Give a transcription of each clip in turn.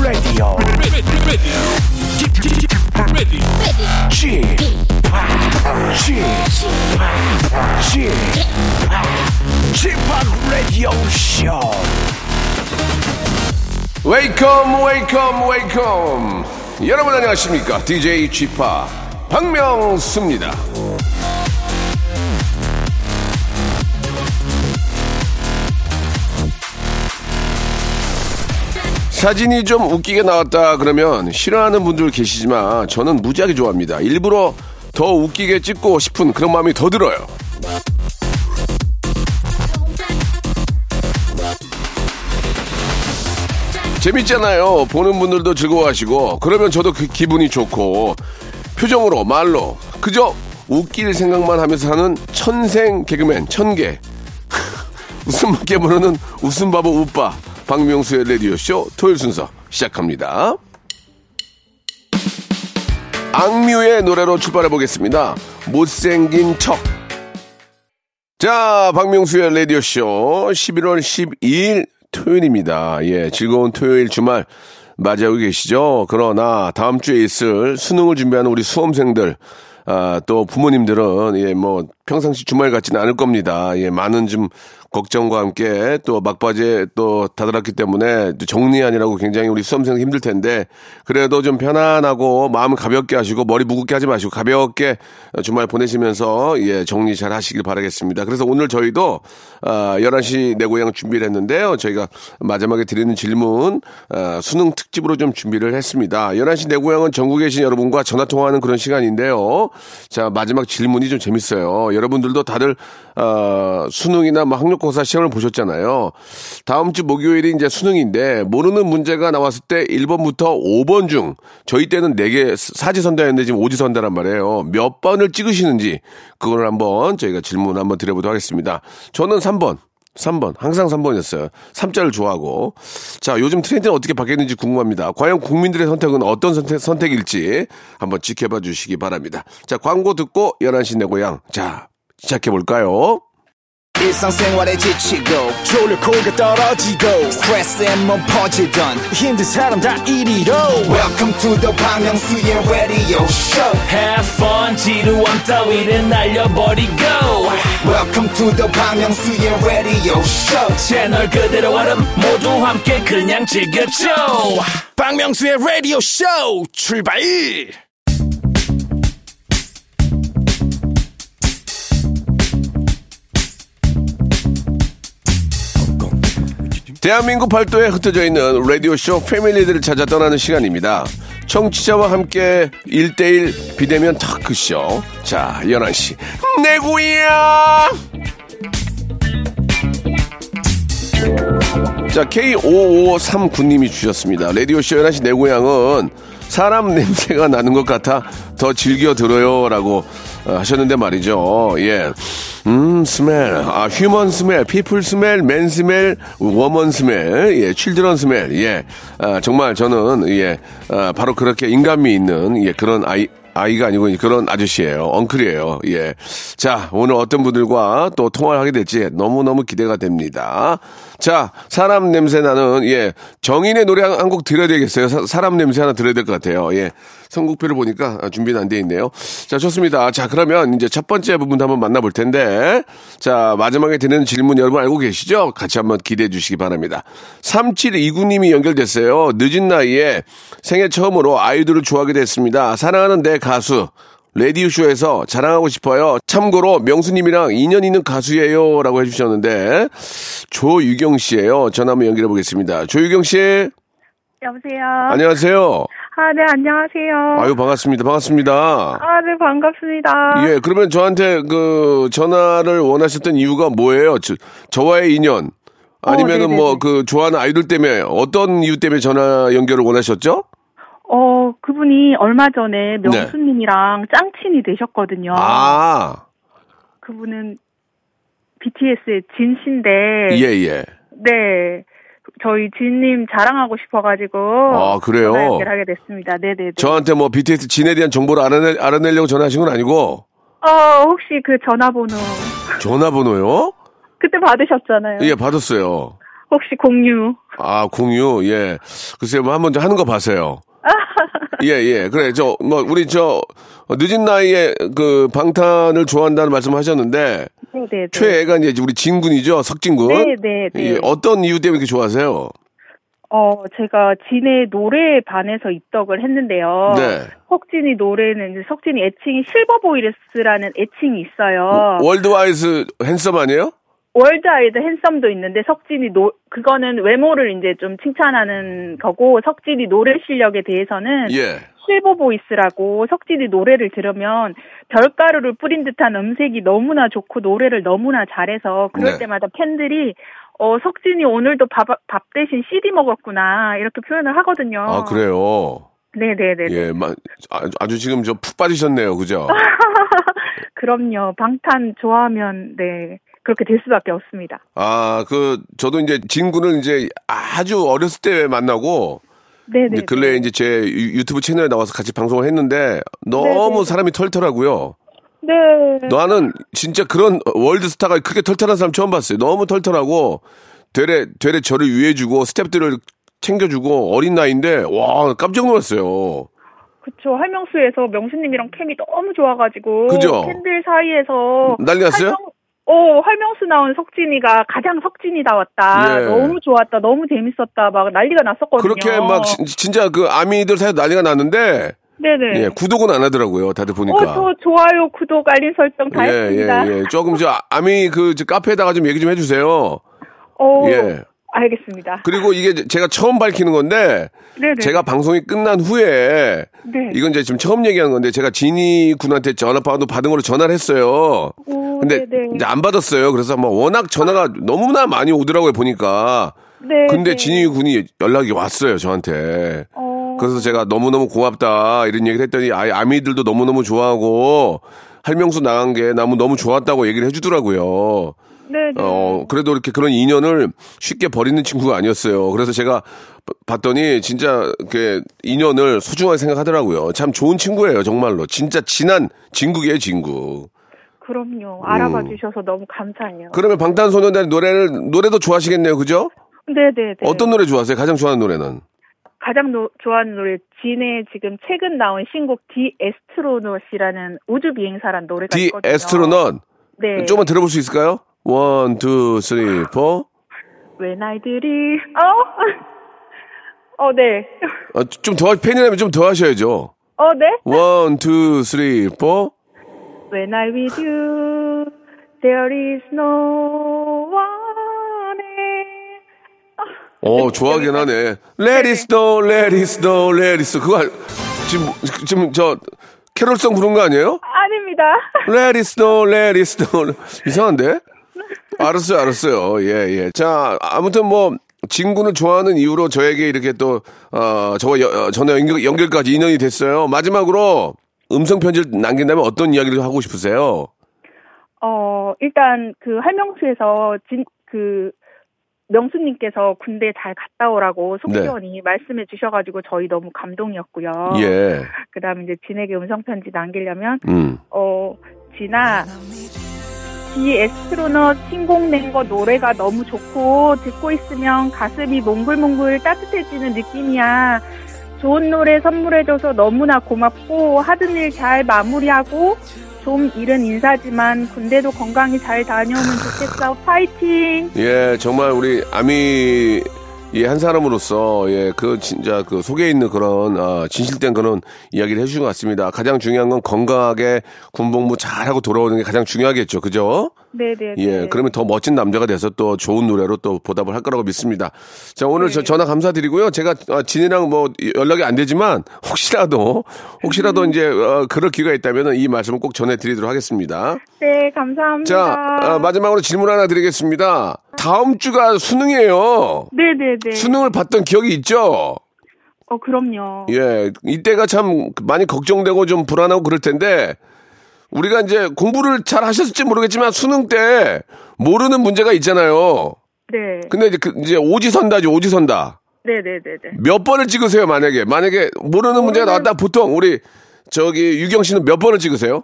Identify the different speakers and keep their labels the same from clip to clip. Speaker 1: radio.
Speaker 2: ready, ready, ready,
Speaker 1: G G G G Radio Show.
Speaker 3: 웨이컴 웨이컴 웨이컴 여러분 안녕하십니까 DJ g 파 박명수입니다 사진이 좀 웃기게 나왔다 그러면 싫어하는 분들 계시지만 저는 무지하게 좋아합니다 일부러 더 웃기게 찍고 싶은 그런 마음이 더 들어요 재밌잖아요. 보는 분들도 즐거워하시고 그러면 저도 그 기분이 좋고 표정으로 말로 그저 웃길 생각만 하면서 하는 천생 개그맨 천개 웃음 밖에 모르는 웃음 바보 우빠 박명수의 라디오 쇼 토요일 순서 시작합니다. 악뮤의 노래로 출발해 보겠습니다. 못생긴 척. 자, 박명수의 라디오쇼 11월 12일 토요일입니다. 예, 즐거운 토요일 주말 맞이하고 계시죠? 그러나 다음 주에 있을 수능을 준비하는 우리 수험생들, 아, 또 부모님들은 예, 뭐 평상시 주말 같지는 않을 겁니다. 예, 많은 좀 걱정과 함께 또 막바지에 또 다다랐기 때문에 또 정리 아니라고 굉장히 우리 수험생 힘들 텐데 그래도 좀 편안하고 마음 가볍게 하시고 머리 무겁게 하지 마시고 가볍게 주말 보내시면서 예, 정리 잘 하시길 바라겠습니다. 그래서 오늘 저희도 아, 11시 내 고향 준비를 했는데요. 저희가 마지막에 드리는 질문 아, 수능 특집으로 좀 준비를 했습니다. 11시 내 고향은 전국에 계신 여러분과 전화 통화하는 그런 시간인데요. 자, 마지막 질문이 좀 재밌어요. 여러분들도 다들 아, 수능이나 뭐 학력고사 시험을 보셨잖아요. 다음 주 목요일이 이제 수능인데 모르는 문제가 나왔을 때 1번부터 5번 중 저희 때는 4개 사지선다였는데 지금 오지선다란 말이에요. 몇 번을 찍으시는지 그걸 한번 저희가 질문 한번 드려보도록 하겠습니다. 저는 3번. 3번. 항상 3번이었어요. 3자를 좋아하고. 자, 요즘 트렌드는 어떻게 바뀌었는지 궁금합니다. 과연 국민들의 선택은 어떤 선택, 선택일지 한번 지켜봐 주시기 바랍니다. 자, 광고 듣고 11시 내 고향. 자, 시작해볼까요?
Speaker 4: 일상생활에 지치고, 졸려 코가 떨어지고, 스트레스에 몸 퍼지던, 힘든 사람 다 이리로. welcome to the Bang Myung-soo's radio show
Speaker 5: Have fun 지루함 따위를 날려버리고
Speaker 4: welcome to the Bang Myung-soo's radio show
Speaker 5: 채널 그대로 얼음 모두 함께 그냥 즐겨줘
Speaker 1: 박명수의 radio show 출발.
Speaker 3: 대한민국 팔도에 흩어져 있는 라디오쇼 패밀리들을 찾아 떠나는 시간입니다. 청취자와 함께 일대일 비대면 터크쇼. 자, 11시. 내 고향! 자, K5539님이 주셨습니다. 라디오쇼 11시 내 고향은 사람 냄새가 나는 것 같아 더 즐겨 들어요. 라고 어, 하셨는데 말이죠. 예. 음, 스멜. 아, 휴먼 스멜, 피플 스멜, 맨 스멜, 워먼 스멜, 예, 칠드런 스멜. 예. 아, 정말 저는, 예, 아, 바로 그렇게 인간미 있는, 예, 그런 아이, 아이가 아니고 그런 아저씨예요. 엉클이에요. 예. 자, 오늘 어떤 분들과 또 통화를 하게 될지 너무너무 기대가 됩니다. 자, 사람 냄새 나는 예. 정인의 노래 한 곡 들어야 되겠어요. 사, 람 냄새 하나 들어야 될 것 같아요. 예. 선곡표를 보니까 아, 준비는 안 돼 있네요. 자, 좋습니다. 자, 그러면 이제 첫 번째 부분도 한번 만나볼 텐데. 자, 마지막에 드리는 질문 여러분 알고 계시죠? 같이 한번 기대해 주시기 바랍니다. 3729님이 연결됐어요. 늦은 나이에 생애 처음으로 아이돌을 좋아하게 됐습니다. 사랑하는 내 가수. 레디우쇼에서 자랑하고 싶어요. 참고로 명수님이랑 인연 있는 가수예요. 라고 해주셨는데, 조유경 씨예요. 전화 한번 연결해 보겠습니다. 조유경 씨,
Speaker 6: 여보세요.
Speaker 3: 안녕하세요.
Speaker 6: 아, 네, 안녕하세요.
Speaker 3: 아유, 반갑습니다. 반갑습니다.
Speaker 6: 아, 네, 반갑습니다.
Speaker 3: 예, 그러면 저한테 그 전화를 원하셨던 이유가 뭐예요? 저, 저와의 인연. 아니면은
Speaker 6: 어, 네네네.
Speaker 3: 뭐 그 좋아하는 아이돌 때문에 어떤 이유 때문에 전화 연결을 원하셨죠?
Speaker 6: 어, 그분이 얼마 전에 명수님이랑 짱친이 되셨거든요.
Speaker 3: 네. 아,
Speaker 6: 그분은 BTS의 진씨인데,
Speaker 3: 예, 예.
Speaker 6: 네. 저희 진님 자랑하고 싶어가지고.
Speaker 3: 아, 그래요?
Speaker 6: 전화 연결하게 됐습니다. 네네네.
Speaker 3: 저한테 뭐 BTS 진에 대한 정보를 알아내, 알아내려고 전화하신 건 아니고
Speaker 6: 어, 혹시 그 전화번호
Speaker 3: 전화번호요?
Speaker 6: 그때 받으셨잖아요.
Speaker 3: 예, 받았어요.
Speaker 6: 혹시 공유.
Speaker 3: 아, 공유, 예. 글쎄요, 뭐 한번 좀 하는 거 봐세요. 예, 예. 그래, 저, 뭐, 우리 저, 늦은 나이에 그 방탄을 좋아한다는 말씀 하셨는데,
Speaker 6: 네네.
Speaker 3: 최애가 이제 우리 진군이죠? 석진군?
Speaker 6: 네네.
Speaker 3: 예,
Speaker 6: 네.
Speaker 3: 어떤 이유 때문에 이렇게 좋아하세요?
Speaker 6: 어, 제가 진의 노래에 반해서 입덕을 했는데요.
Speaker 3: 네.
Speaker 6: 석진이 노래는 이제 석진이 애칭이 실버보이레스라는 애칭이 있어요.
Speaker 3: 월드와이즈 핸섬 아니에요?
Speaker 6: 월드 아이드 핸섬도 있는데 석진이 노 그거는 외모를 이제 좀 칭찬하는 거고 석진이 노래 실력에 대해서는
Speaker 3: 예.
Speaker 6: 실버 보이스라고 석진이 노래를 들으면 별가루를 뿌린 듯한 음색이 너무나 좋고 노래를 너무나 잘해서 그럴
Speaker 3: 네.
Speaker 6: 때마다 팬들이 어 석진이 오늘도 밥, 밥 대신 CD 먹었구나 이렇게 표현을 하거든요.
Speaker 3: 아, 그래요.
Speaker 6: 어. 네네네.
Speaker 3: 예, 마, 아- 아주 지금 저 푹 빠지셨네요. 그죠?
Speaker 6: 그럼요. 방탄 좋아하면 네 그렇게 될 수밖에 없습니다.
Speaker 3: 아, 그, 저도 이제 진군을 이제 아주 어렸을 때 만나고,
Speaker 6: 네네.
Speaker 3: 이제 근래에 이제 제 유- 유튜브 채널에 나와서 같이 방송을 했는데 너무
Speaker 6: 네네.
Speaker 3: 사람이 털털하고요.
Speaker 6: 네.
Speaker 3: 나는 진짜 그런 월드스타가 크게 털털한 사람 처음 봤어요. 너무 털털하고 되레 되레 저를 위해주고 스탭들을 챙겨주고 어린 나이인데 와 깜짝 놀랐어요.
Speaker 6: 그쵸. 할명수에서 명수님이랑 캠이 너무 좋아가지고
Speaker 3: 그죠?
Speaker 6: 팬들 사이에서
Speaker 3: 난리 났어요?
Speaker 6: 할명- 어, 활명수 나온 석진이가 가장 석진이다 왔다.
Speaker 3: 예.
Speaker 6: 너무 좋았다. 너무 재밌었다. 막 난리가 났었거든요.
Speaker 3: 그렇게 막 진- 진짜 그 아미들 사이 난리가 났는데
Speaker 6: 네네.
Speaker 3: 예, 구독은 안 하더라고요. 다들
Speaker 6: 어,
Speaker 3: 보니까.
Speaker 6: 저 좋아요, 구독, 알림 설정 다
Speaker 3: 예, 예,
Speaker 6: 했습니다.
Speaker 3: 예. 조금 저 아미 그 저 카페에다가 좀 얘기 좀 해주세요.
Speaker 6: 어,
Speaker 3: 예.
Speaker 6: 알겠습니다.
Speaker 3: 그리고 이게 제가 처음 밝히는 건데
Speaker 6: 네네.
Speaker 3: 그 제가 방송이 끝난 후에
Speaker 6: 네.
Speaker 3: 이건 이제 지금 처음 얘기한 건데 제가 지니 군한테 전화 받은 받은 걸로 전화를 했어요.
Speaker 6: 오,
Speaker 3: 근데
Speaker 6: 네네.
Speaker 3: 이제 안 받았어요. 그래서 뭐 워낙 전화가 너무나 많이 오더라고요 보니까.
Speaker 6: 네.
Speaker 3: 근데
Speaker 6: 네.
Speaker 3: 지니 군이 연락이 왔어요 저한테.
Speaker 6: 어,
Speaker 3: 그래서 제가 너무너무 고맙다 이런 얘기를 했더니 아예 아미들도 너무너무 좋아하고 할명수 나간 게 너무 너무 좋았다고 얘기를 해주더라고요.
Speaker 6: 네네.
Speaker 3: 어, 그래도 이렇게 그런 인연을 쉽게 버리는 친구가 아니었어요. 그래서 제가 바- 봤더니 진짜 그 인연을 소중하게 생각하더라고요. 참 좋은 친구예요, 정말로. 진짜 진한 진국이에요, 진국.
Speaker 6: 그럼요. 알아봐 주셔서 너무 감사해요.
Speaker 3: 음. 그러면 방탄소년단 노래를 노래도 좋아하시겠네요, 그죠?
Speaker 6: 네네네.
Speaker 3: 어떤 노래 좋아하세요? 가장 좋아하는 노래는?
Speaker 6: 가장 노- 좋아하는 노래 진의 지금 최근 나온 신곡 디 에스트로넛이라는 우주 비행사라는 노래가
Speaker 3: 디
Speaker 6: 있거든요.
Speaker 3: 에스트로넌.
Speaker 6: 네.
Speaker 3: 조금만 들어볼 수 있을까요? 원, 투, 쓰리, 포.
Speaker 6: 웬 아이들이 어? 어, 네.
Speaker 3: 아, 좀더 팬이라면 좀 더 하셔야죠.
Speaker 6: 어, 네.
Speaker 3: 원, 투, 쓰리, 포.
Speaker 6: When I with you there is no one else.
Speaker 3: 어, 좋아하긴 하네. Let it snow, let it snow, let it snow. 그거, 알- 지금, 지금 저, 캐롤송 부른 거 아니에요?
Speaker 6: 아닙니다.
Speaker 3: Let it snow, let it snow. 이상한데? 알았어요, 알았어요. 예, 예. 자, 아무튼 뭐, 진군을 좋아하는 이유로 저에게 이렇게 또, 어, 저와 여- 어, 전화 연결, 연결까지 인연이 됐어요. 마지막으로, 음성편지를 남긴다면 어떤 이야기를 하고 싶으세요?
Speaker 6: 어, 일단 그 할명수에서 진 그 명수님께서 군대 잘 갔다 오라고 속시원히 말씀해 주셔가지고 저희 너무 감동이었고요.
Speaker 3: 예.
Speaker 6: 그다음 이제 진에게 음성 편지 남기려면
Speaker 3: 음.
Speaker 6: 어 진아 디 에스트로넛 신곡 낸 거 노래가 너무 좋고 듣고 있으면 가슴이 몽글몽글 따뜻해지는 느낌이야. 좋은 노래 선물해줘서 너무나 고맙고 하던 일 잘 마무리하고 좀 이른 인사지만 군대도 건강히 잘 다녀오면 좋겠어. 파이팅.
Speaker 3: 예, 정말 우리 아미 이 한 사람으로서 예, 그 진짜 그 속에 있는 그런 아, 진실된 그런 이야기를 해주신 것 같습니다. 가장 중요한 건 건강하게 군복무 잘하고 돌아오는 게 가장 중요하겠죠, 그죠?
Speaker 6: 네네.
Speaker 3: 예, 그러면 더 멋진 남자가 돼서 또 좋은 노래로 또 보답을 할 거라고 믿습니다. 자, 오늘 저 전화 감사드리고요. 제가 아, 진이랑 뭐 연락이 안 되지만 혹시라도 혹시라도 이제 어, 그럴 기회가 있다면 이 말씀을 꼭 전해드리도록 하겠습니다.
Speaker 6: 네 감사합니다.
Speaker 3: 자, 아, 마지막으로 질문 하나 드리겠습니다. 다음 주가 수능이에요.
Speaker 6: 네네네.
Speaker 3: 수능을 봤던 기억이 있죠?
Speaker 6: 어 그럼요.
Speaker 3: 예, 이때가 참 많이 걱정되고 좀 불안하고 그럴 텐데, 우리가 이제 공부를 잘 하셨을지 모르겠지만 수능 때 모르는 문제가 있잖아요.
Speaker 6: 네.
Speaker 3: 근데 이제, 그- 이제 오지선다지, 오지선다.
Speaker 6: 네네네네.
Speaker 3: 몇 번을 찍으세요, 만약에? 만약에 모르는 문제가 나왔다 보통 우리 저기 유경 씨는 몇 번을 찍으세요?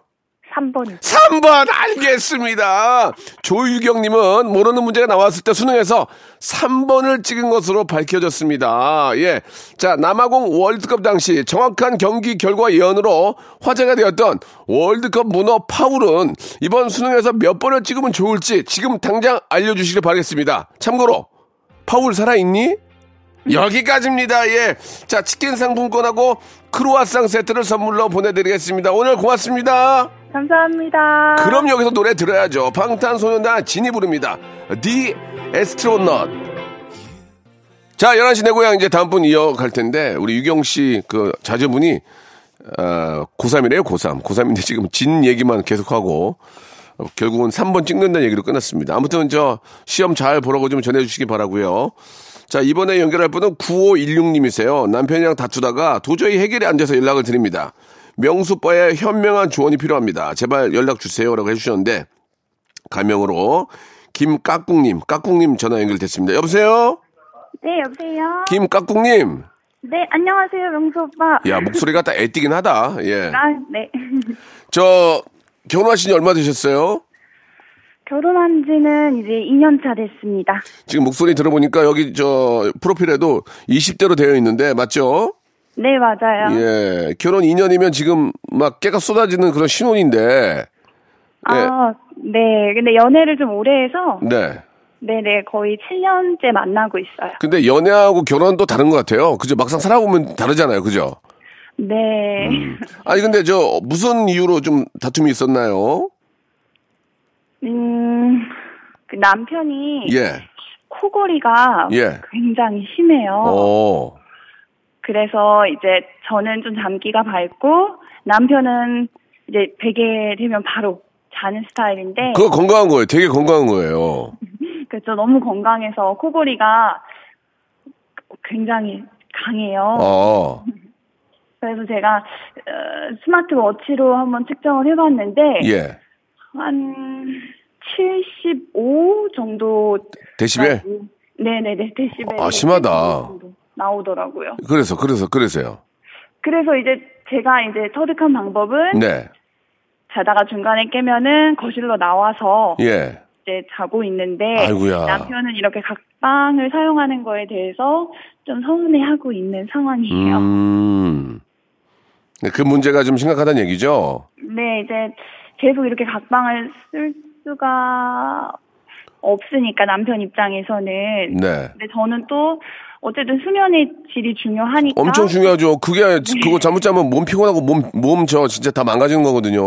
Speaker 6: 3번.
Speaker 3: 3번 알겠습니다. 조유경님은 모르는 문제가 나왔을 때 수능에서 3번을 찍은 것으로 밝혀졌습니다. 예, 자 남아공 월드컵 당시 정확한 경기 결과 예언으로 화제가 되었던 월드컵 문어 파울은 이번 수능에서 몇 번을 찍으면 좋을지 지금 당장 알려주시길 바라겠습니다. 참고로 파울 살아있니? 여기까지입니다. 예, 자 치킨 상품권하고 크루아상 세트를 선물로 보내드리겠습니다. 오늘 고맙습니다.
Speaker 6: 감사합니다.
Speaker 3: 그럼 여기서 노래 들어야죠. 방탄소년단 진이 부릅니다. The Astronaut. 자, 11시 내 고향 이제 다음 분 이어갈 텐데, 우리 유경 씨 그 자제분이, 어, 고3이래요, 고3. 고3인데 지금 진 얘기만 계속하고, 어, 결국은 3번 찍는다는 얘기로 끝났습니다. 아무튼 저 시험 잘 보라고 좀 전해주시기 바라고요 자, 이번에 연결할 분은 9516님이세요. 남편이랑 다투다가 도저히 해결이 안 돼서 연락을 드립니다. 명수빠의 현명한 조언이 필요합니다. 제발 연락 주세요라고 해주셨는데 가명으로 김깍꿍님, 깍꿍님 전화 연결됐습니다. 여보세요?
Speaker 6: 네, 여보세요.
Speaker 3: 김깍꿍님.
Speaker 6: 네, 안녕하세요, 명수 오빠.
Speaker 3: 야 목소리가 딱 애띠긴 하다. 예.
Speaker 6: 아, 네.
Speaker 3: 저 결혼하신 지 얼마 되셨어요?
Speaker 6: 결혼한 지는 이제 2년 차 됐습니다.
Speaker 3: 지금 목소리 들어보니까 여기 저 프로필에도 20대로 되어 있는데 맞죠?
Speaker 6: 네, 맞아요.
Speaker 3: 예. 결혼 2년이면 지금 막 깨가 쏟아지는 그런 신혼인데.
Speaker 6: 아,
Speaker 3: 예.
Speaker 6: 네. 근데 연애를 좀 오래 해서
Speaker 3: 네.
Speaker 6: 네네, 거의 7년째 만나고 있어요.
Speaker 3: 근데 연애하고 결혼은 또 다른 것 같아요. 그죠? 막상 살아보면 다르잖아요. 그죠?
Speaker 6: 네.
Speaker 3: 아니 근데 저 무슨 이유로 좀 다툼이 있었나요?
Speaker 6: 음, 그 남편이
Speaker 3: 예.
Speaker 6: 코골이가
Speaker 3: 예.
Speaker 6: 굉장히 심해요.
Speaker 3: 어.
Speaker 6: 그래서 이제 저는 좀 잠기가 밝고 남편은 이제 베개 되면 바로 자는 스타일인데
Speaker 3: 그거 건강한 거예요. 되게 건강한 거예요.
Speaker 6: 그래서 그렇죠. 너무 건강해서 코골이가 굉장히 강해요.
Speaker 3: 어.
Speaker 6: 그래서 제가 어, 스마트워치로 한번 측정을 해봤는데
Speaker 3: 예.
Speaker 6: 한 75 정도 아, 음,
Speaker 3: 데시벨.
Speaker 6: 예. 네네네 데시벨
Speaker 3: 아, 심하다.
Speaker 6: 나오더라고요.
Speaker 3: 그래서 그래서 그래서요.
Speaker 6: 그래서 이제 제가 이제 터득한 방법은
Speaker 3: 네.
Speaker 6: 자다가 중간에 깨면은 거실로 나와서
Speaker 3: 예.
Speaker 6: 이제 자고 있는데
Speaker 3: 아이고야.
Speaker 6: 남편은 이렇게 각방을 사용하는 거에 대해서 좀 서운해하고 있는 상황이에요.
Speaker 3: 음. 네, 그 문제가 좀 심각하다는 얘기죠.
Speaker 6: 네, 이제 계속 이렇게 각방을 쓸 수가 없으니까 남편 입장에서는.
Speaker 3: 네.
Speaker 6: 근데 저는 또 어쨌든 수면의 질이 중요하니까.
Speaker 3: 엄청 중요하죠. 그게 그거 잘못 자면 몸 피곤하고 몸 몸 저 진짜 다 망가지는 거거든요.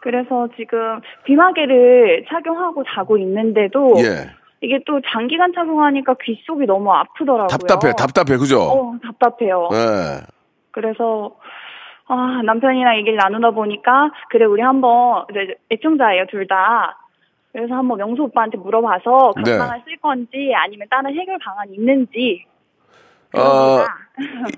Speaker 6: 그래서 지금 비마개를 착용하고 자고 있는데도
Speaker 3: 예.
Speaker 6: 이게 또 장기간 착용하니까 귀 속이 너무 아프더라고요.
Speaker 3: 답답해. 답답해. 그죠?
Speaker 6: 어, 답답해요.
Speaker 3: 예.
Speaker 6: 그래서 아, 남편이랑 얘기를 나누다 보니까 그래 우리 한번 이제 애청자예요 둘 다. 그래서 한번 명수 오빠한테 물어봐서
Speaker 3: 네.
Speaker 6: 그 방안 쓸 건지 아니면 다른 해결 방안이 있는지.
Speaker 3: 어,
Speaker 6: 그러니까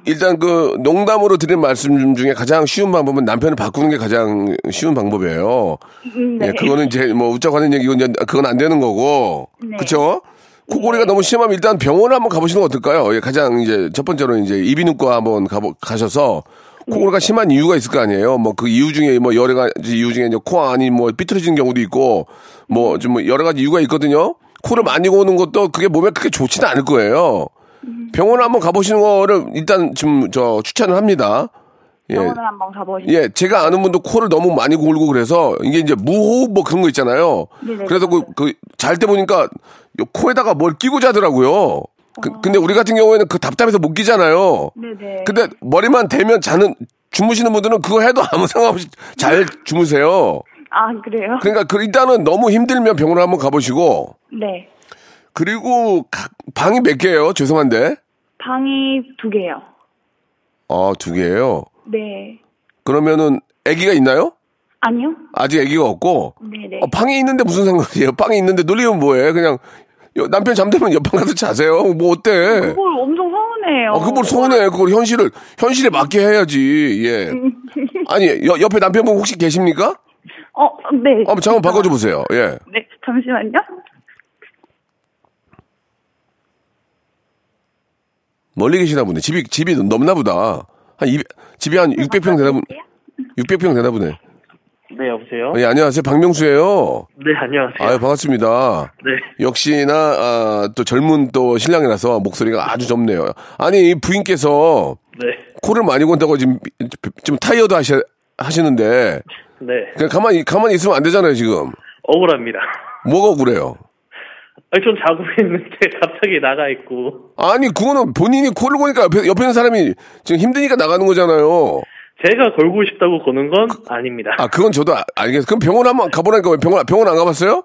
Speaker 3: 일단 그 농담으로 드린 말씀 중에 가장 쉬운 방법은 남편을 바꾸는 게 가장 쉬운 방법이에요.
Speaker 6: 음, 네.
Speaker 3: 예, 그거는 이제 뭐 웃자고 하는 얘기고 이제 그건 안 되는 거고.
Speaker 6: 네.
Speaker 3: 그렇죠? 코골이가 너무 심하면 일단 병원을 한번 가보시는 건 어떨까요? 예, 가장 이제 첫 번째로 이제 이비인후과 한번 가보, 가셔서 코골이가
Speaker 6: 네.
Speaker 3: 심한 이유가 있을 거 아니에요? 뭐 그 이유 중에 뭐 여러 가지 이유 중에 이제 코 안이 뭐 삐뚤어지는 경우도 있고
Speaker 6: 네.
Speaker 3: 뭐 좀 여러 가지 이유가 있거든요? 코를 많이 고는 것도 그게 몸에 그렇게 좋지는 않을 거예요.
Speaker 6: 음.
Speaker 3: 병원을 한번 가보시는 거를 일단 지금 저 추천을 합니다. 예.
Speaker 6: 병원을 한번 가보시.
Speaker 3: 예, 제가 아는 분도 코를 너무 많이 골고 그래서 이게 이제 무호흡 뭐 그런 거 있잖아요.
Speaker 6: 네네.
Speaker 3: 그래서 그, 잘 때 보니까 요 코에다가 뭘 끼고 자더라고요. 그- 근데 우리 같은 경우에는 그 답답해서 못 끼잖아요.
Speaker 6: 어. 네네.
Speaker 3: 근데 머리만 대면 자는 주무시는 분들은 그거 해도 아무 상관없이
Speaker 6: 네.
Speaker 3: 잘 주무세요.
Speaker 6: 아 그래요?
Speaker 3: 그러니까 그 일단은 너무 힘들면 병원을 한번 가보시고
Speaker 6: 네.
Speaker 3: 그리고 각- 방이 몇 개예요? 죄송한데.
Speaker 6: 방이 두 개요.
Speaker 3: 아, 두 개예요.
Speaker 6: 네.
Speaker 3: 그러면은 아기가 있나요?
Speaker 6: 아니요?
Speaker 3: 아직 아기가 없고
Speaker 6: 네네.
Speaker 3: 어, 방이 있는데 무슨 상관이에요? 방이 있는데 놀리면 뭐해? 그냥 여- 남편 잠들면 옆방 가서 자세요. 뭐 어때?
Speaker 6: 그걸 엄청 서운해요.
Speaker 3: 어, 그걸 서운해. 그걸 현실을 현실에 맞게 해야지. 예. 아니 여- 옆에 남편분 혹시 계십니까?
Speaker 6: 어, 네.
Speaker 3: 아, 한번 잠깐 바꿔줘 보세요. 예.
Speaker 6: 네, 잠시만요.
Speaker 3: 멀리 계시나 보네. 집이 집이 넘나 보다. 한 200, 집이 한 600평 되나 보네. 600평 되나 보네.
Speaker 7: 네, 여보세요?
Speaker 3: 예, 안녕하세요. 박명수예요.
Speaker 7: 네, 안녕하세요.
Speaker 3: 아유, 반갑습니다.
Speaker 7: 네.
Speaker 3: 역시나 아, 또 젊은 또 신랑이라서 목소리가 아주 젊네요. 아니, 이 부인께서
Speaker 7: 네.
Speaker 3: 코를 많이 곤다고 지금 좀 타이어도 하시, 하시는데
Speaker 7: 네.
Speaker 3: 그냥 가만히 가만히 있으면 안 되잖아요, 지금.
Speaker 7: 억울합니다.
Speaker 3: 뭐가 억울해요?
Speaker 7: 아니, 전 자고 있는데 갑자기 나가 있고.
Speaker 3: 아니, 그거는 본인이 코를 고니까 옆에, 옆에 있는 사람이 지금 힘드니까 나가는 거잖아요.
Speaker 7: 제가 걸고 싶다고 거는 건 아닙니다.
Speaker 3: 아, 그건 저도 아- 알겠어요. 그럼 병원 한번 가보라니까 왜 병원, 병원 안 가봤어요?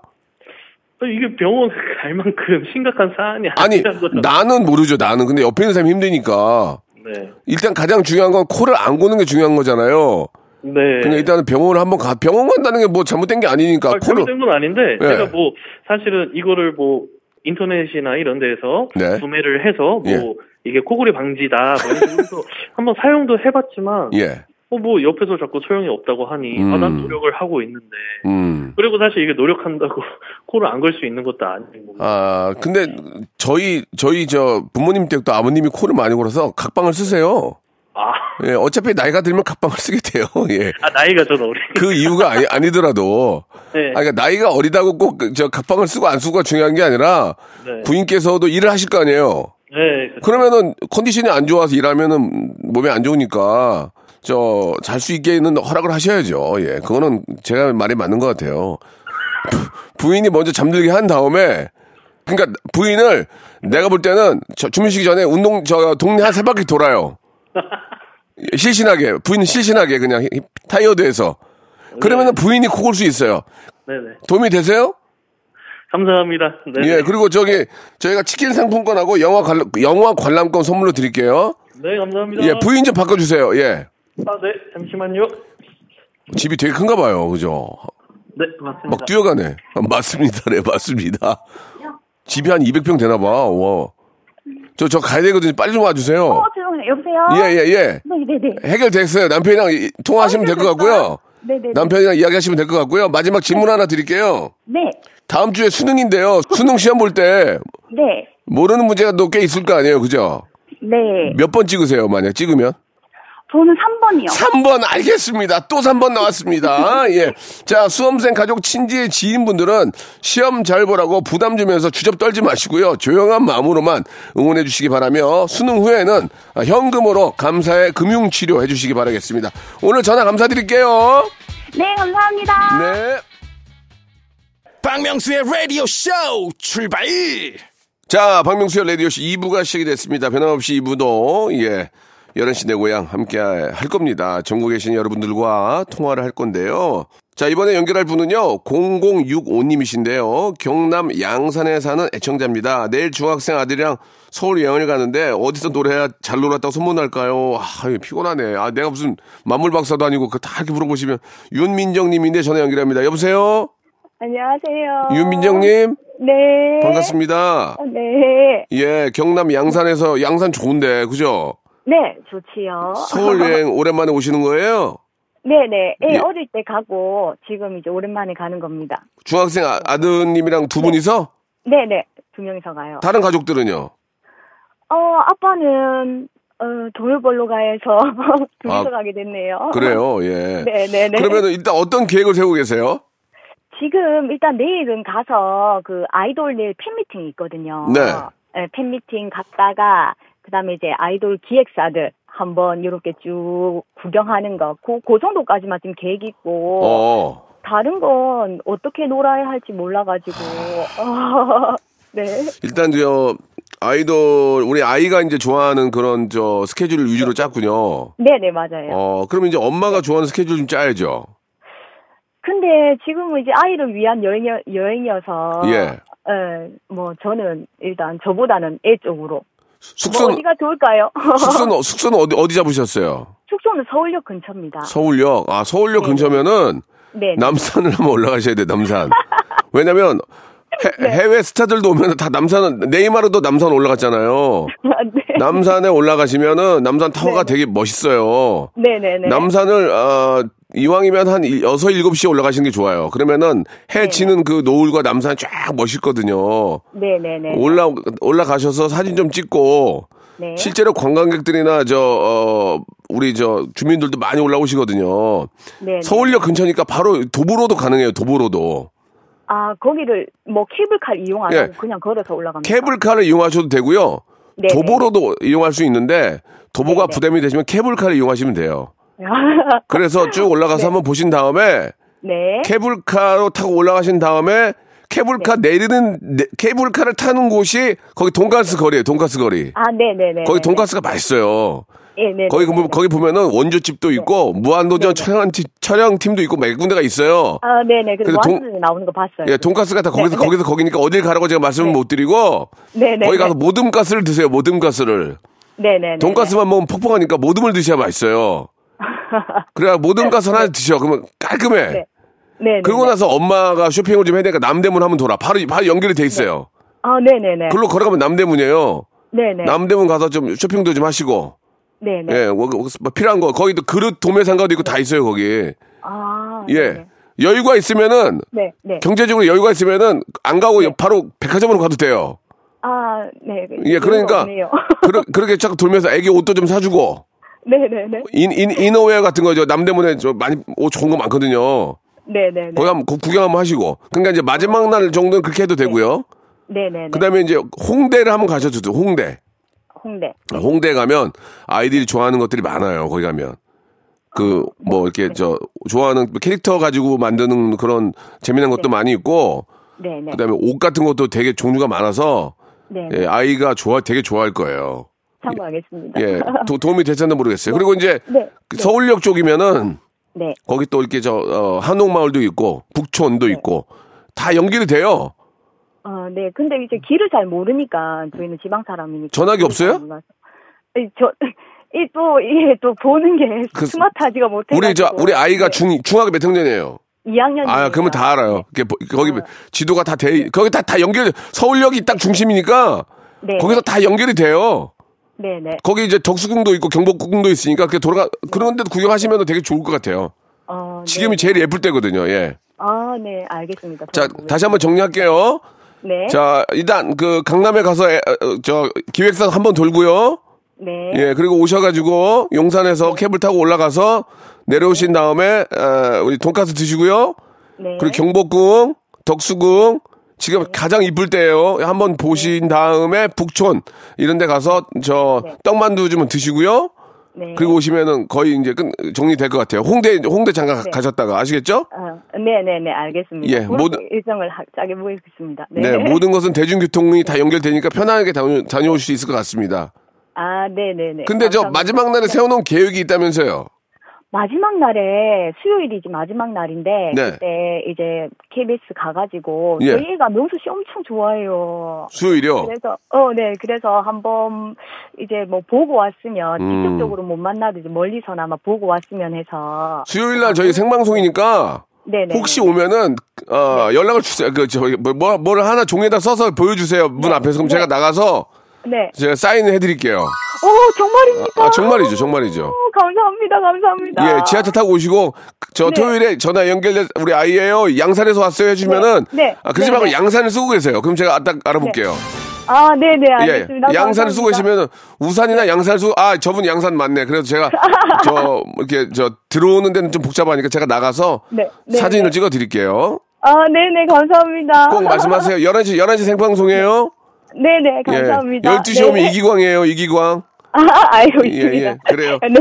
Speaker 7: 이게 병원 갈 만큼 심각한 사안이
Speaker 3: 아니,
Speaker 7: 아니라는 거죠.
Speaker 3: 나는 모르죠, 나는. 근데 옆에 있는 사람이 힘드니까.
Speaker 7: 네.
Speaker 3: 일단 가장 중요한 건 코를 안 고는 게 중요한 거잖아요.
Speaker 7: 네.
Speaker 3: 그러니까 일단은 병원을 한번 가, 병원 간다는 게 뭐 잘못된 게 아니니까.
Speaker 7: 아,
Speaker 3: 코를.
Speaker 7: 잘못된 건 아닌데
Speaker 3: 예.
Speaker 7: 제가 뭐 사실은 이거를 뭐 인터넷이나 이런 데에서
Speaker 3: 네.
Speaker 7: 구매를 해서 뭐
Speaker 3: 예.
Speaker 7: 이게 코골이 방지다 뭐 이런 식으로 한번 사용도 해봤지만
Speaker 3: 예.
Speaker 7: 어, 뭐 옆에서 자꾸 소용이 없다고 하니 아, 난
Speaker 3: 음.
Speaker 7: 노력을 하고 있는데
Speaker 3: 음.
Speaker 7: 그리고 사실 이게 노력한다고 코를 안 걸 수 있는 것도 아니고
Speaker 3: 아, 근데 저희, 저희 저 부모님 댁도 아버님이 코를 많이 골아서 각방을 쓰세요.
Speaker 7: 아,
Speaker 3: 예, 어차피 나이가 들면 각방을 쓰게 돼요. 예.
Speaker 7: 아, 나이가 전 어리
Speaker 3: 그 이유가 아니, 아니더라도.
Speaker 7: 네.
Speaker 3: 아, 그러니까 나이가 어리다고 꼭 저 각방을 쓰고 안 쓰고가 중요한 게 아니라
Speaker 7: 네.
Speaker 3: 부인께서도 일을 하실 거 아니에요.
Speaker 7: 네, 그-
Speaker 3: 그러면은 컨디션이 안 좋아서 일하면은 몸이 안 좋으니까 저 잘 수 있게 있는 허락을 하셔야죠. 예, 그거는 제가 말이 맞는 것 같아요. 부- 부인이 먼저 잠들게 한 다음에 그러니까 부인을 내가 볼 때는 저 주무시기 전에 운동 저 동네 한 세 바퀴 돌아요. 예, 실신하게 부인 실신하게 그냥 히- 타이어드에서 그러면은 부인이 코골 수 있어요.
Speaker 7: 그, 네네
Speaker 3: 도움이 되세요?
Speaker 7: 감사합니다 네.
Speaker 3: 예, 그리고 저기 저희가 치킨 상품권하고 영화 관람, 영화 관람권 선물로 드릴게요.
Speaker 7: 네 감사합니다
Speaker 3: 예, 부인 좀 바꿔주세요. 예.
Speaker 7: 아, 네 잠시만요
Speaker 3: 집이 되게 큰가 봐요. 그죠?
Speaker 7: 네 맞습니다
Speaker 3: 막 뛰어가네. 아, 맞습니다. 네, 맞습니다. 집이 한 200평 되나 봐. 와. 저, 저 가야 되거든요. 빨리 좀 와주세요.
Speaker 6: 조용해. 어, 여보세요?
Speaker 3: 예, 예, 예.
Speaker 6: 네네네.
Speaker 3: 해결됐어요. 남편이랑 이- 통화하시면 될 것 같고요.
Speaker 6: 네네.
Speaker 3: 남편이랑 이야기하시면 될 것 같고요. 마지막 질문 하나 드릴게요.
Speaker 6: 네.
Speaker 3: 다음 주에 수능인데요. 수능 시험 볼 때
Speaker 6: 네.
Speaker 3: 모르는 문제가 또 꽤 있을 거 아니에요. 그죠?
Speaker 6: 네.
Speaker 3: 몇 번 찍으세요, 만약 찍으면?
Speaker 6: 저는 3번이요.
Speaker 3: 3번 알겠습니다. 또 3번 나왔습니다. 예. 자, 수험생 가족 친지의 지인분들은 시험 잘 보라고 부담 주면서 주접 떨지 마시고요. 조용한 마음으로만 응원해 주시기 바라며 수능 후에는 아, 현금으로 감사의 금융 치료 해 주시기 바라겠습니다. 오늘 전화 감사드릴게요.
Speaker 6: 네, 감사합니다.
Speaker 3: 네.
Speaker 5: 박명수의 라디오 쇼 출발!
Speaker 3: 자, 박명수의 라디오쇼 2부가 시작이 됐습니다. 변함없이 2부도, 예, 11시 내 고향 함께 할 겁니다. 전국에 계신 여러분들과 통화를 할 건데요. 자, 이번에 연결할 분은요, 0065님이신데요. 경남 양산에 사는 애청자입니다. 내일 중학생 아들이랑 서울 여행을 가는데 어디서 노래야 잘 놀았다고 소문날까요? 아, 피곤하네. 아, 내가 무슨 만물박사도 아니고 그거 다 이렇게 물어보시면 윤민정님인데 전화 연결합니다. 여보세요?
Speaker 6: 안녕하세요.
Speaker 3: 윤민정님?
Speaker 6: 네.
Speaker 3: 반갑습니다.
Speaker 6: 네.
Speaker 3: 예, 경남 양산에서 양산 좋은데 그죠?
Speaker 6: 네, 좋지요.
Speaker 3: 서울 여행 오랜만에 오시는 거예요?
Speaker 6: 네네. 애
Speaker 3: 예.
Speaker 6: 어릴 때 가고 지금 이제 오랜만에 가는 겁니다.
Speaker 3: 중학생 아, 아드님이랑 두 분이서
Speaker 6: 네네. 두 명이서 가요.
Speaker 3: 다른 가족들은요?
Speaker 6: 어, 아빠는 어, 돈을 벌러 가해서 둘이서
Speaker 3: 아,
Speaker 6: 가게 됐네요.
Speaker 3: 그래요. 예.
Speaker 6: 네네네.
Speaker 3: 그러면은 일단 어떤 계획을 세우고 계세요?
Speaker 6: 지금 일단 내일은 가서 그 아이돌 내일 팬미팅이 있거든요.
Speaker 3: 네.
Speaker 6: 예, 팬미팅 갔다가 그다음에 이제 아이돌 기획사들 한번 이렇게 쭉 구경하는 거. 그, 그 정도까지만 지금 계획 있고
Speaker 3: 어.
Speaker 6: 다른 건 어떻게 놀아야 할지 몰라 가지고. 네.
Speaker 3: 일단 저 아이돌 우리 아이가 이제 좋아하는 그런 저 스케줄을 위주로 짰군요.
Speaker 6: 네, 네, 맞아요.
Speaker 3: 어, 그럼 이제 엄마가 좋아하는 스케줄 좀 짜야죠.
Speaker 6: 근데 지금은 이제 아이를 위한 여행 여행이어서
Speaker 3: 예.
Speaker 6: 예, 뭐 저는 일단 저보다는 애 쪽으로 뭐
Speaker 3: 숙소는
Speaker 6: 어디가 좋을까요?
Speaker 3: 숙소는 숙소는 어디 어디 잡으셨어요?
Speaker 6: 숙소는 서울역 근처입니다.
Speaker 3: 서울역. 아, 서울역 근처면은
Speaker 6: 네.
Speaker 3: 남산을 한번 올라가셔야 돼, 남산. 왜냐면,
Speaker 6: 네.
Speaker 3: 해, 외 스타들도 오면 다 남산은, 네이마르도 남산 올라갔잖아요.
Speaker 6: 네.
Speaker 3: 남산에 올라가시면은, 남산 타워가 되게 멋있어요.
Speaker 6: 네네네.
Speaker 3: 남산을, 아, 이왕이면 한 일- 여섯 일곱 시에 올라가시는 게 좋아요. 그러면은, 해
Speaker 6: 네.
Speaker 3: 지는 그 노을과 남산 쫙 멋있거든요.
Speaker 6: 네네네.
Speaker 3: 올라, 올라가셔서 사진 좀 찍고,
Speaker 6: 네.
Speaker 3: 실제로 관광객들이나 저, 어, 우리 저 주민들도 많이 올라오시거든요.
Speaker 6: 네.
Speaker 3: 서울역 근처니까 바로 도보로도 가능해요. 도보로도.
Speaker 6: 아, 거기를 뭐 케이블카를 이용 안
Speaker 3: 예.
Speaker 6: 하고 그냥 걸어서 올라갑니다.
Speaker 3: 케이블카를 이용하셔도 되고요.
Speaker 6: 네네.
Speaker 3: 도보로도 이용할 수 있는데 도보가
Speaker 6: 네네. 아,
Speaker 3: 부담이 되시면 케이블카를 이용하시면 돼요. 그래서 쭉 올라가서 한번 보신 다음에
Speaker 6: 네.
Speaker 3: 케이블카로 타고 올라가신 다음에 케이블카
Speaker 6: 네.
Speaker 3: 내리는 내- 케이블카를 타는 곳이 거기 돈가스 거리예요. 돈가스 거리.
Speaker 6: 아, 네, 네, 네.
Speaker 3: 거기 돈가스가 맛있어요.
Speaker 6: 예, 네.
Speaker 3: 거기
Speaker 6: 네,
Speaker 3: 보면
Speaker 6: 네.
Speaker 3: 거기 보면은 원조집도 있고 무한도전 촬영 팀 촬영 팀도 있고 몇 군데가 있어요.
Speaker 6: 아, 네, 네.
Speaker 3: 그래서
Speaker 6: 그래서
Speaker 3: 동-
Speaker 6: 완전히 나오는 거 봤어요.
Speaker 3: 예, 돈가스가 다 거기서
Speaker 6: 네, 네.
Speaker 3: 거기서 거기니까 어딜 가라고 제가 말씀을 못 드리고
Speaker 6: 네, 네.
Speaker 3: 거기
Speaker 6: 네.
Speaker 3: 가서 모듬가스를 드세요. 모듬가스를.
Speaker 6: 네, 네. 네.
Speaker 3: 돈가스만 먹으면 퍽퍽하니까 모듬을 드셔야 맛있어요. 그래야 모듬가스 하나 드셔. 그러면 깔끔해.
Speaker 6: 네. 네, 네.
Speaker 3: 그러고
Speaker 6: 네.
Speaker 3: 나서 엄마가 쇼핑을 좀 해야 되니까 남대문 한번 돌아. 바로, 바로 연결이 돼 있어요.
Speaker 6: 아, 네, 네, 네.
Speaker 3: 글로 걸어가면 남대문이에요.
Speaker 6: 네, 네.
Speaker 3: 남대문 가서 좀 쇼핑도 좀 하시고.
Speaker 6: 네, 네.
Speaker 3: 예, 뭐, 뭐 필요한 거. 거기도 그릇 도매상가도 있고 다 있어요, 거기.
Speaker 6: 아.
Speaker 3: 예.
Speaker 6: 네.
Speaker 3: 여유가 있으면은,
Speaker 6: 네, 네.
Speaker 3: 경제적으로 여유가 있으면은 안 가고 바로 백화점으로 가도 돼요.
Speaker 6: 아, 네.
Speaker 3: 예, 그러니까.
Speaker 6: 없네요.
Speaker 3: 그러, 그렇게 쫙 돌면서 애기 옷도 좀 사주고.
Speaker 6: 네, 네, 네.
Speaker 3: 인, 인, 이너웨어 같은 거죠. 남대문에 저 많이 옷 좋은 거 많거든요.
Speaker 6: 네, 네, 네.
Speaker 3: 거기 한번 구- 구경 한번 하시고. 그러니까 이제 마지막 날 정도는 그렇게 해도 되고요.
Speaker 6: 네, 네, 네.
Speaker 3: 그다음에 이제 홍대를 한번 가셔도 돼요. 홍대.
Speaker 6: 홍대.
Speaker 3: 홍대 가면 아이들이 좋아하는 것들이 많아요. 거기 가면. 그 뭐 이렇게 저 좋아하는 캐릭터 가지고 만드는 그런 재미난 것도 많이 있고
Speaker 6: 네, 네.
Speaker 3: 그다음에 옷 같은 것도 되게 종류가 많아서
Speaker 6: 네.
Speaker 3: 예, 아이가 좋아 되게 좋아할 거예요.
Speaker 6: 참고하겠습니다.
Speaker 3: 예. 도, 도움이 되셨나 모르겠어요. 그리고 이제
Speaker 6: 네,
Speaker 3: 그 서울역 쪽이면은
Speaker 6: 네.
Speaker 3: 거기 또 이렇게 저 어, 한옥마을도 있고 북촌도 있고 다 연결이 돼요.
Speaker 6: 어, 네. 근데 이제 길을 잘 모르니까 저희는 지방 사람이니까.
Speaker 3: 전화기
Speaker 6: 길을
Speaker 3: 없어요?
Speaker 6: 잘 몰라서. 이 저, 이 또, 이게 또 보는 게
Speaker 3: 그-
Speaker 6: 스마트하지가 못해.
Speaker 3: 우리 저 우리
Speaker 6: 네.
Speaker 3: 아이가 중 중학교 몇 학년이에요?
Speaker 6: 2학년.
Speaker 3: 아, 그러면 다 알아요. 이렇게 보- 거기
Speaker 6: 네.
Speaker 3: 지도가 다 돼, 거기 다, 다 연결, 서울역이 딱 중심이니까
Speaker 6: 네.
Speaker 3: 거기서 다 연결이 돼요.
Speaker 6: 네네.
Speaker 3: 거기 이제 덕수궁도 있고 경복궁도 있으니까 그렇게 돌아가, 그런 데도 구경하시면 되게 좋을 것 같아요.
Speaker 6: 어, 네.
Speaker 3: 지금이 제일 예쁠 때거든요, 예.
Speaker 6: 아, 네. 알겠습니다.
Speaker 3: 자,
Speaker 6: 저는
Speaker 3: 다시 한번 정리할게요.
Speaker 6: 네.
Speaker 3: 자, 일단 그 강남에 가서 에, 어, 저 기획사 한번 돌고요.
Speaker 6: 네.
Speaker 3: 예, 그리고 오셔가지고 용산에서 캡을 타고 올라가서 내려오신 다음에 어, 우리 돈가스 드시고요.
Speaker 6: 네.
Speaker 3: 그리고 경복궁, 덕수궁 지금 가장 이쁠 때예요. 한번 보신
Speaker 6: 네.
Speaker 3: 다음에 북촌 이런 데 가서 저 떡만두 좀 드시고요.
Speaker 6: 네.
Speaker 3: 그리고 오시면은 거의 이제 끝 정리될 것 같아요. 홍대 홍대 잠깐
Speaker 6: 네.
Speaker 3: 가셨다가 아시겠죠?
Speaker 6: 아, 네네네. 알겠습니다.
Speaker 3: 예,
Speaker 6: 그럼
Speaker 3: 모든-
Speaker 6: 일정을 하- 짜게 보겠습니다. 네.
Speaker 3: 네, 모든 것은 대중교통이 다 연결되니까 편하게 다녀, 다녀올 수 있을 것 같습니다.
Speaker 6: 아, 네네네.
Speaker 3: 근데 저
Speaker 6: 감사합니다.
Speaker 3: 마지막 날에 세워놓은 계획이 있다면서요?
Speaker 6: 마지막 날에 수요일이 지 마지막 날인데
Speaker 3: 네.
Speaker 6: 그때 이제 KBS 가가지고
Speaker 3: 예.
Speaker 6: 저희가 명수 씨 엄청 좋아해요.
Speaker 3: 수요일이요?
Speaker 6: 그래서 어 네 그래서 한번 이제 뭐 보고 왔으면
Speaker 3: 음.
Speaker 6: 직접적으로 못 만나도 이제 멀리서나마 보고 왔으면 해서
Speaker 3: 수요일 날 저희 생방송이니까
Speaker 6: 아, 네네 네.
Speaker 3: 혹시 오면은 어, 연락을 주세요. 그 저기 뭐뭐뭘 하나 종이에다 써서 보여주세요.
Speaker 6: 네.
Speaker 3: 문 앞에서 그럼 제가 나가서
Speaker 6: 네오 어,
Speaker 3: 제가 사인을 해드릴게요.
Speaker 6: 정말입니까?
Speaker 3: 아, 정말이죠, 정말이죠.
Speaker 6: 오, 감사합니다 감사합니다.
Speaker 3: 예, 지하철 타고 오신 오시고 그- 저
Speaker 6: 아. 네.
Speaker 3: 토요일에 전화 연결돼 우리 아이예요. 양산에서 왔어요 해주면은
Speaker 6: 네, 네.
Speaker 3: 아, 그지 말고
Speaker 6: 네, 네.
Speaker 3: 양산을 쓰고 계세요. 그럼 제가 딱 알아볼게요.
Speaker 6: 아 네네
Speaker 3: 예,
Speaker 6: 알겠습니다.
Speaker 3: 양산을
Speaker 6: 감사합니다.
Speaker 3: 쓰고 계시면은 우산이나 양산을 쓰고 아 저분 양산 맞네. 그래서 제가 저 이렇게 저 들어오는 데는 좀 복잡하니까 제가 나가서
Speaker 6: 네, 네,
Speaker 3: 사진을
Speaker 6: 네.
Speaker 3: 찍어드릴게요.
Speaker 6: 아 네네 감사합니다.
Speaker 3: 꼭 말씀하세요. 11시 11시 생방송이에요.
Speaker 6: 네네
Speaker 3: 예.
Speaker 6: 감사합니다.
Speaker 3: 12시 오면
Speaker 6: 네.
Speaker 3: 이기광이에요. 이기광.
Speaker 6: 아, 알고
Speaker 3: 예,
Speaker 6: 있습니다.
Speaker 3: 예, 그래요.
Speaker 6: 네.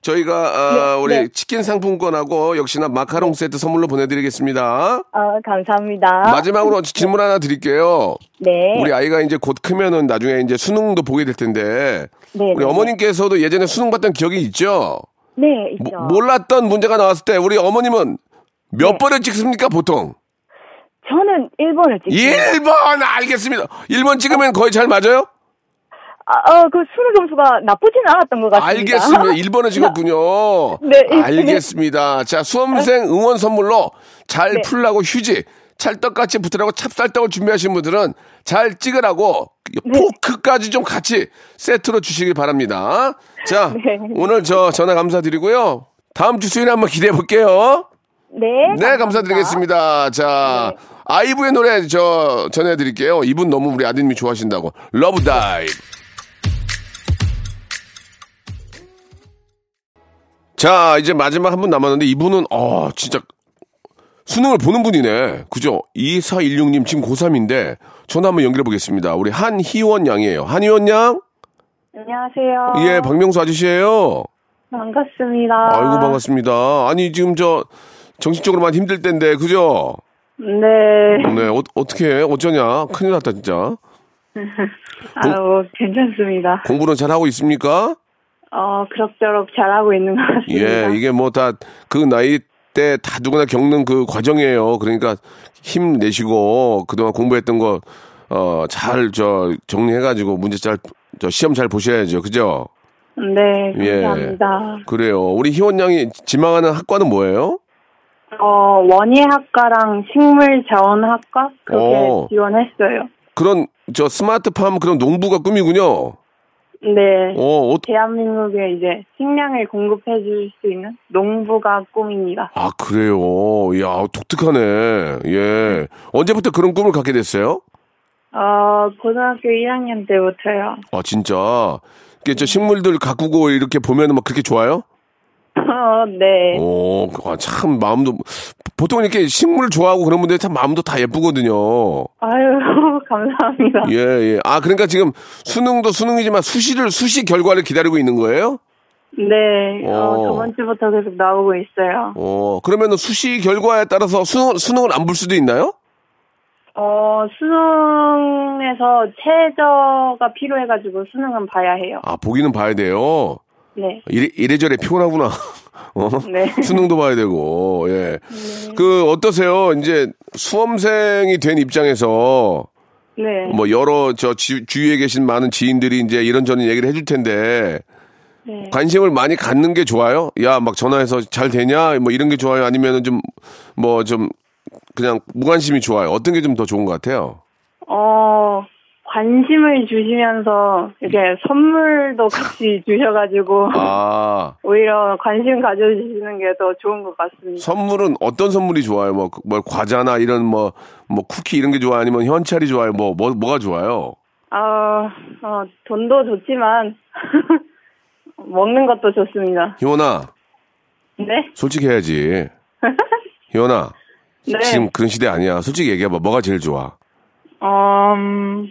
Speaker 3: 저희가 아,
Speaker 6: 네,
Speaker 3: 우리
Speaker 6: 네.
Speaker 3: 치킨 상품권하고 역시나 마카롱 세트 선물로 보내드리겠습니다.
Speaker 8: 어,
Speaker 6: 아, 감사합니다.
Speaker 3: 마지막으로 질문 하나 드릴게요.
Speaker 6: 네.
Speaker 3: 우리 아이가 이제 곧 크면은 나중에 이제 수능도 보게 될 텐데
Speaker 6: 네,
Speaker 3: 우리
Speaker 6: 네,
Speaker 3: 어머님께서도 예전에 수능 봤던 기억이 있죠?
Speaker 6: 네,
Speaker 3: 모-
Speaker 6: 있죠.
Speaker 3: 몰랐던 문제가 나왔을 때 우리 어머님은 몇
Speaker 6: 네.
Speaker 3: 번을 찍습니까 보통?
Speaker 6: 저는
Speaker 3: 예!
Speaker 6: 1번을 찍습니다.
Speaker 3: 1번 알겠습니다. 1번 찍으면 거의 잘 맞아요?
Speaker 6: 아, 어, 그 수능 점수가 나쁘지는 않았던 것 같습니다.
Speaker 3: 알겠습니다. 1번을 찍었군요.
Speaker 6: 네, 네.
Speaker 3: 알겠습니다. 자, 수험생 응원 선물로 잘
Speaker 6: 네.
Speaker 3: 풀라고 휴지, 찰떡같이 붙으라고 찹쌀떡을 준비하신 분들은 잘 찍으라고
Speaker 6: 네.
Speaker 3: 포크까지 좀 같이 세트로 주시길 바랍니다. 자,
Speaker 6: 네.
Speaker 3: 오늘 저 전화 감사드리고요. 다음 주 수요일에 한번 기대해 볼게요.
Speaker 6: 네.
Speaker 3: 네,
Speaker 6: 감사합니다.
Speaker 3: 감사드리겠습니다. 자, 아이브의 노래 저 전해드릴게요. 이분 너무 우리 아드님이 좋아하신다고. 러브 다이. 자, 이제 마지막 한 분 남았는데 이분은 아, 진짜 수능을 보는 분이네. 그죠? 2416님 지금 고3인데 전화 한번 연결해 보겠습니다. 우리 한희원 양이에요. 한희원 양?
Speaker 8: 안녕하세요.
Speaker 3: 예, 박명수 아저씨예요.
Speaker 8: 반갑습니다.
Speaker 3: 아이고 반갑습니다. 아니, 지금 저 정신적으로 많이 힘들 텐데. 그죠?
Speaker 8: 네.
Speaker 3: 네, 어, 어떻게 해? 어쩌냐? 큰일 났다, 진짜.
Speaker 8: 아유, 괜찮습니다.
Speaker 3: 공부는 잘하고 있습니까?
Speaker 8: 어, 그럭저럭 잘하고 있는 것 같습니다.
Speaker 3: 예, 이게 뭐 다 그 나이 때 다 누구나 겪는 그 과정이에요. 그러니까 힘내시고 그동안 공부했던 거, 어, 잘, 저, 정리해가지고 문제 잘, 저, 시험 잘 보셔야죠. 그죠?
Speaker 8: 네,
Speaker 3: 예.
Speaker 8: 감사합니다.
Speaker 3: 그래요. 우리 희원 양이 지망하는 학과는 뭐예요?
Speaker 8: 어, 원예학과랑 식물자원학과 그렇게
Speaker 3: 오.
Speaker 8: 지원했어요.
Speaker 3: 그런, 저, 스마트팜 그런 농부가 꿈이군요.
Speaker 8: 네.
Speaker 3: 어, 어,
Speaker 8: 대한민국에 이제 식량을 공급해 줄 수 있는 농부가 꿈입니다.
Speaker 3: 아, 그래요. 야, 독특하네. 예. 언제부터 그런 꿈을 갖게 됐어요?
Speaker 8: 어, 고등학교 1학년 때부터요.
Speaker 3: 아, 진짜. 이게 저 식물들 가꾸고 이렇게 보면 막 그렇게 좋아요?
Speaker 8: 어, 네.
Speaker 3: 오, 아, 참 마음도 보통 이렇게 식물 좋아하고 그런 분들 참 마음도 다 예쁘거든요.
Speaker 8: 아유, 감사합니다.
Speaker 3: 예, 예. 아, 그러니까 지금 수능도 수능이지만 수시를 수시 결과를 기다리고 있는 거예요?
Speaker 8: 네. 어,
Speaker 3: 오.
Speaker 8: 저번 주부터 계속 나오고 있어요.
Speaker 3: 어, 그러면은 수시 결과에 따라서 수능 수능을 안 볼 수도 있나요?
Speaker 8: 어, 수능에서 최저가 필요해가지고 수능은 봐야 해요.
Speaker 3: 아, 보기는 봐야 돼요.
Speaker 8: 네.
Speaker 3: 이래, 이래저래 피곤하구나. 어?
Speaker 8: 네.
Speaker 3: 수능도 봐야 되고. 예. 그 어떠세요? 이제 수험생이 된 입장에서
Speaker 8: 네.
Speaker 3: 뭐 여러 저 지- 주위에 계신 많은 지인들이 이제 이런저런 얘기를 해줄 텐데
Speaker 8: 네.
Speaker 3: 관심을 많이 갖는 게 좋아요. 야 막 전화해서 잘 되냐 뭐 이런 게 좋아요. 아니면은 좀 뭐 좀 그냥 무관심이 좋아요. 어떤 게 좀 더 좋은 것 같아요?
Speaker 8: 어, 관심을 주시면서 이제 선물도 같이 주셔가지고
Speaker 3: 아
Speaker 8: 오히려 관심 가져주시는 게 더 좋은 것 같습니다.
Speaker 3: 선물은 어떤 선물이 좋아요? 뭐, 그- 뭐 과자나 이런 뭐 뭐 쿠키 이런 게 좋아요? 아니면 현찰이 좋아요? 뭐 뭐 뭐, 가 좋아요?
Speaker 8: 아, 어, 돈도 좋지만 먹는 것도 좋습니다.
Speaker 3: 희원아
Speaker 8: 네.
Speaker 3: 솔직해야지. 희원아
Speaker 8: 네.
Speaker 3: 지금 그런 시대 아니야. 솔직히 얘기해봐. 뭐가 제일 좋아?
Speaker 8: 어, 음,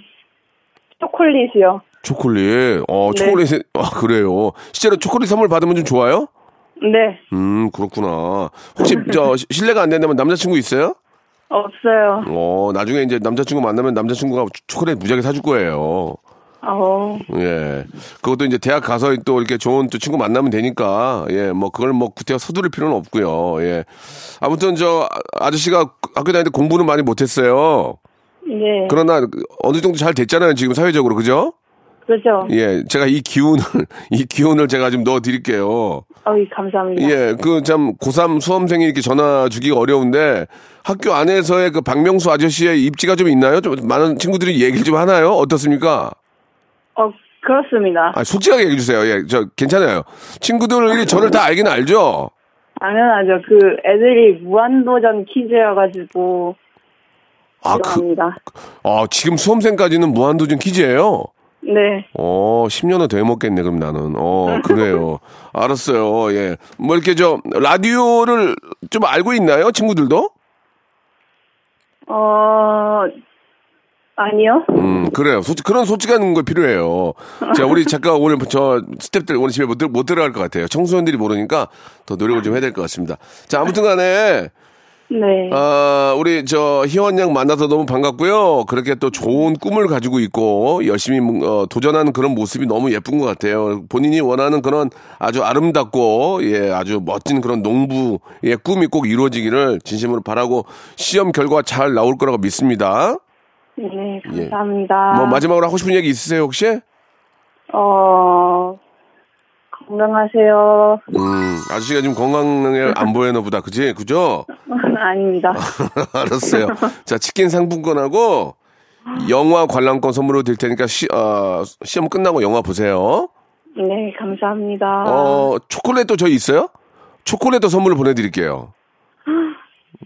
Speaker 8: 초콜릿이요.
Speaker 3: 초콜릿. 어,
Speaker 8: 네.
Speaker 3: 초콜릿. 에 아, 그래요. 실제로 초콜릿 선물 받으면 좀 좋아요?
Speaker 8: 네.
Speaker 3: 음, 그렇구나. 혹시 저 시- 실례가 안 된다면 남자친구 있어요?
Speaker 8: 없어요.
Speaker 3: 어, 나중에 이제 남자친구 만나면 남자친구가 초- 초콜릿 무지하게 사줄 거예요.
Speaker 8: 어,
Speaker 3: 예. 그것도 이제 대학 가서 또 이렇게 좋은 또 친구 만나면 되니까, 예, 뭐 그걸 뭐 구태여 서두를 필요는 없고요. 예. 아무튼 저 아- 아저씨가 학교 다닐 때 공부는 많이 못했어요.
Speaker 8: 네.
Speaker 3: 그러나 어느 정도 잘 됐잖아요. 지금 사회적으로. 그죠?
Speaker 8: 그렇죠.
Speaker 3: 예. 제가 이 기운을, 이 기운을 제가 좀 넣어 드릴게요.
Speaker 8: 어이, 감사합니다.
Speaker 3: 예, 그 참 고3 수험생이 이렇게 전화 주기가 어려운데 학교 안에서의 그 박명수 아저씨의 입지가 좀 있나요? 좀 많은 친구들이 얘기를 좀 하나요? 어떻습니까?
Speaker 8: 어, 그렇습니다.
Speaker 3: 아, 솔직하게 얘기해 주세요. 예, 저 괜찮아요. 친구들이 저를 다 알긴 알죠?
Speaker 8: 당연하죠. 그 애들이 무한도전 퀴즈여가지고
Speaker 3: 아, 그,
Speaker 8: 죄송합니다.
Speaker 3: 아, 지금 수험생까지는 무한도전 퀴즈예요?
Speaker 8: 네,
Speaker 3: 어, 10년은 돼 먹겠네, 그럼 나는. 어, 그래요. 알았어요. 예. 뭐 이렇게 저, 라디오를 좀 알고 있나요? 친구들도?
Speaker 8: 어 아니요.
Speaker 3: 음, 그래요. 솔직, 그런 솔직한 거 필요해요. 자, 우리 잠깐 오늘 저 스탭들 오늘 집에 못, 들, 못 들어갈 것 같아요. 청소년들이 모르니까 더 노력을 좀 해야 될 것 같습니다. 자, 아무튼 간에,
Speaker 8: 네,
Speaker 3: 아, 우리 저 희원 양 만나서 너무 반갑고요. 그렇게 또 좋은 꿈을 가지고 있고, 열심히 어, 도전하는 그런 모습이 너무 예쁜 것 같아요. 본인이 원하는 그런 아주 아름답고, 예, 아주 멋진 그런 농부의 꿈이 꼭 이루어지기를 진심으로 바라고, 시험 결과 잘 나올 거라고 믿습니다.
Speaker 8: 네 감사합니다.
Speaker 3: 예. 뭐 마지막으로 하고 싶은 얘기 있으세요, 혹시?
Speaker 8: 어 건강하세요.
Speaker 3: 음, 아저씨가 지금 건강에 안 보이나 보다. 그지? 그죠?
Speaker 8: 아닙니다.
Speaker 3: 알았어요. 자, 치킨 상품권하고 영화 관람권 선물로 드릴 테니까 시, 어, 시험 끝나고 영화 보세요.
Speaker 8: 네 감사합니다.
Speaker 3: 어, 초콜릿도 저희 있어요? 초콜릿도 선물로 보내드릴게요.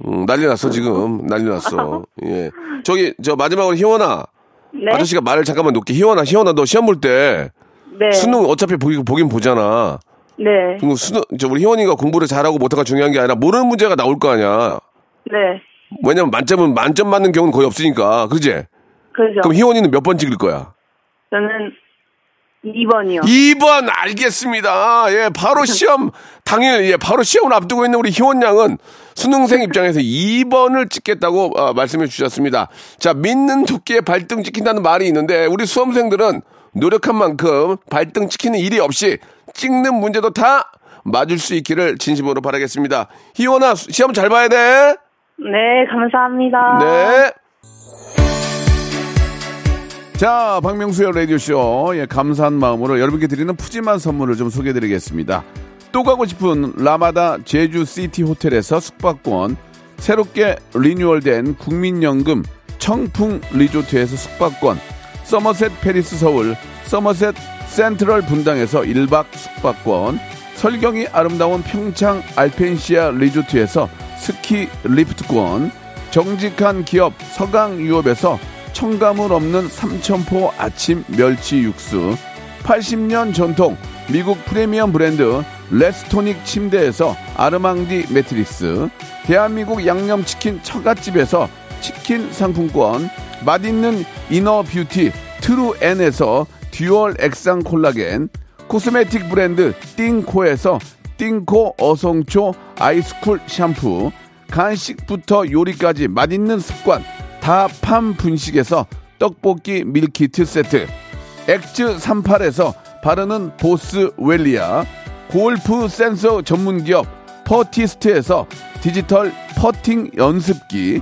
Speaker 3: 음, 난리 났어, 지금. 난리 났어. 예. 저기, 저 마지막으로 희원아.
Speaker 8: 네,
Speaker 3: 아저씨가 말을 잠깐만 놓게. 희원아, 희원아, 너 시험 볼 때
Speaker 8: 네,
Speaker 3: 수능 어차피 보기, 보긴 보잖아.
Speaker 8: 네,
Speaker 3: 그럼 뭐 수능, 저 우리 희원이가 공부를 잘하고 못하고 중요한 게 아니라 모르는 문제가 나올 거 아니야.
Speaker 8: 네,
Speaker 3: 왜냐면 만점은 만점 맞는 경우는 거의 없으니까. 그지?
Speaker 8: 그죠.
Speaker 3: 그럼 희원이는 몇 번 찍을 거야?
Speaker 8: 저는 2번이요.
Speaker 3: 2번 알겠습니다. 예, 바로 시험 당일 예, 바로 시험을 앞두고 있는 우리 희원 양은 수능생 입장에서 2번을 찍겠다고 아, 말씀해 주셨습니다. 자, 믿는 토끼의 발등 찍힌다는 말이 있는데 우리 수험생들은 노력한 만큼 발등 찍히는 일이 없이 찍는 문제도 다 맞을 수 있기를 진심으로 바라겠습니다. 희원아, 수- 시험 잘 봐야 돼.
Speaker 8: 네, 감사합니다.
Speaker 3: 네. 자, 박명수의 라디오쇼. 예, 감사한 마음으로 여러분께 드리는 푸짐한 선물을 좀 소개해 드리겠습니다. 또 가고 싶은 라마다 제주시티 호텔에서 숙박권, 새롭게 리뉴얼된 국민연금 청풍 리조트에서 숙박권, 서머셋 페리스 서울, 서머셋 센트럴 분당에서 1박 숙박권, 설경이 아름다운 평창 알펜시아 리조트에서 스키 리프트권, 정직한 기업 서강유업에서 첨가물 없는 삼천포 아침 멸치 육수 80년 전통 미국 프리미엄 브랜드 레스토닉 침대에서 아르망디 매트리스 대한민국 양념치킨 처갓집에서 치킨 상품권 맛있는 이너 뷰티 트루엔에서 듀얼 액상 콜라겐 코스메틱 브랜드 띵코에서 띵코 어성초 아이스쿨 샴푸 간식부터 요리까지 맛있는 습관 다팜 분식에서 떡볶이 밀키트 세트 엑즈 38에서 바르는 보스 웰리아 골프 센서 전문기업 퍼티스트에서 디지털 퍼팅 연습기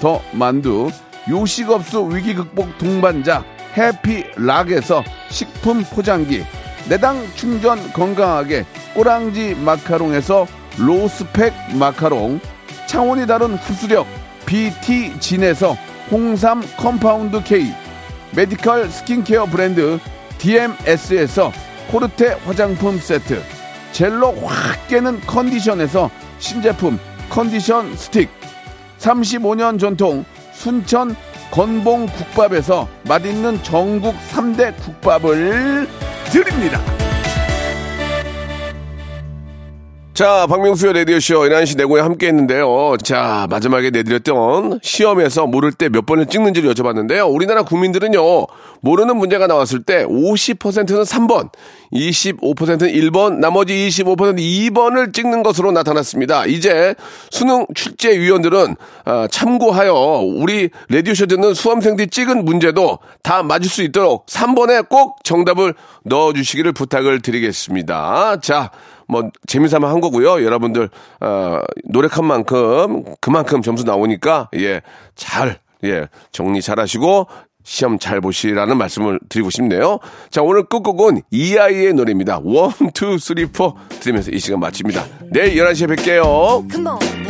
Speaker 3: 더 만두, 요식업소 위기 극복 동반자 해피락에서 식품 포장기, 내당 충전 건강하게 꼬랑지 마카롱에서 로스펙 마카롱, 창원이 다른 흡수력 BT진에서 홍삼 컴파운드 K, 메디컬 스킨케어 브랜드 DMS에서 코르테 화장품 세트, 젤로 확 깨는 컨디션에서 신제품 컨디션 스틱, 35년 전통 순천 건봉 국밥에서 맛있는 전국 3대 국밥을 드립니다. 자, 박명수의 라디오쇼 11시 내고에 함께 했는데요. 자, 마지막에 내드렸던 시험에서 모를 때 몇 번을 찍는지를 여쭤봤는데요. 우리나라 국민들은요, 모르는 문제가 나왔을 때 50%는 3번, 25%는 1번, 나머지 25%는 2번을 찍는 것으로 나타났습니다. 이제 수능 출제위원들은 아, 참고하여 우리 라디오쇼 듣는 수험생들이 찍은 문제도 다 맞을 수 있도록 3번에 꼭 정답을 넣어주시기를 부탁을 드리겠습니다. 자, 뭐 재미삼아 한 거고요. 여러분들 어, 노력한 만큼 그만큼 점수 나오니까 예잘예 정리 잘하시고 시험 잘 보시라는 말씀을 드리고 싶네요. 자 오늘 끝곡은 이아이의 노래입니다. 1, 2, 3, 4 들으면서 이 시간 마칩니다. 내일 11시에 뵐게요.
Speaker 9: Come on.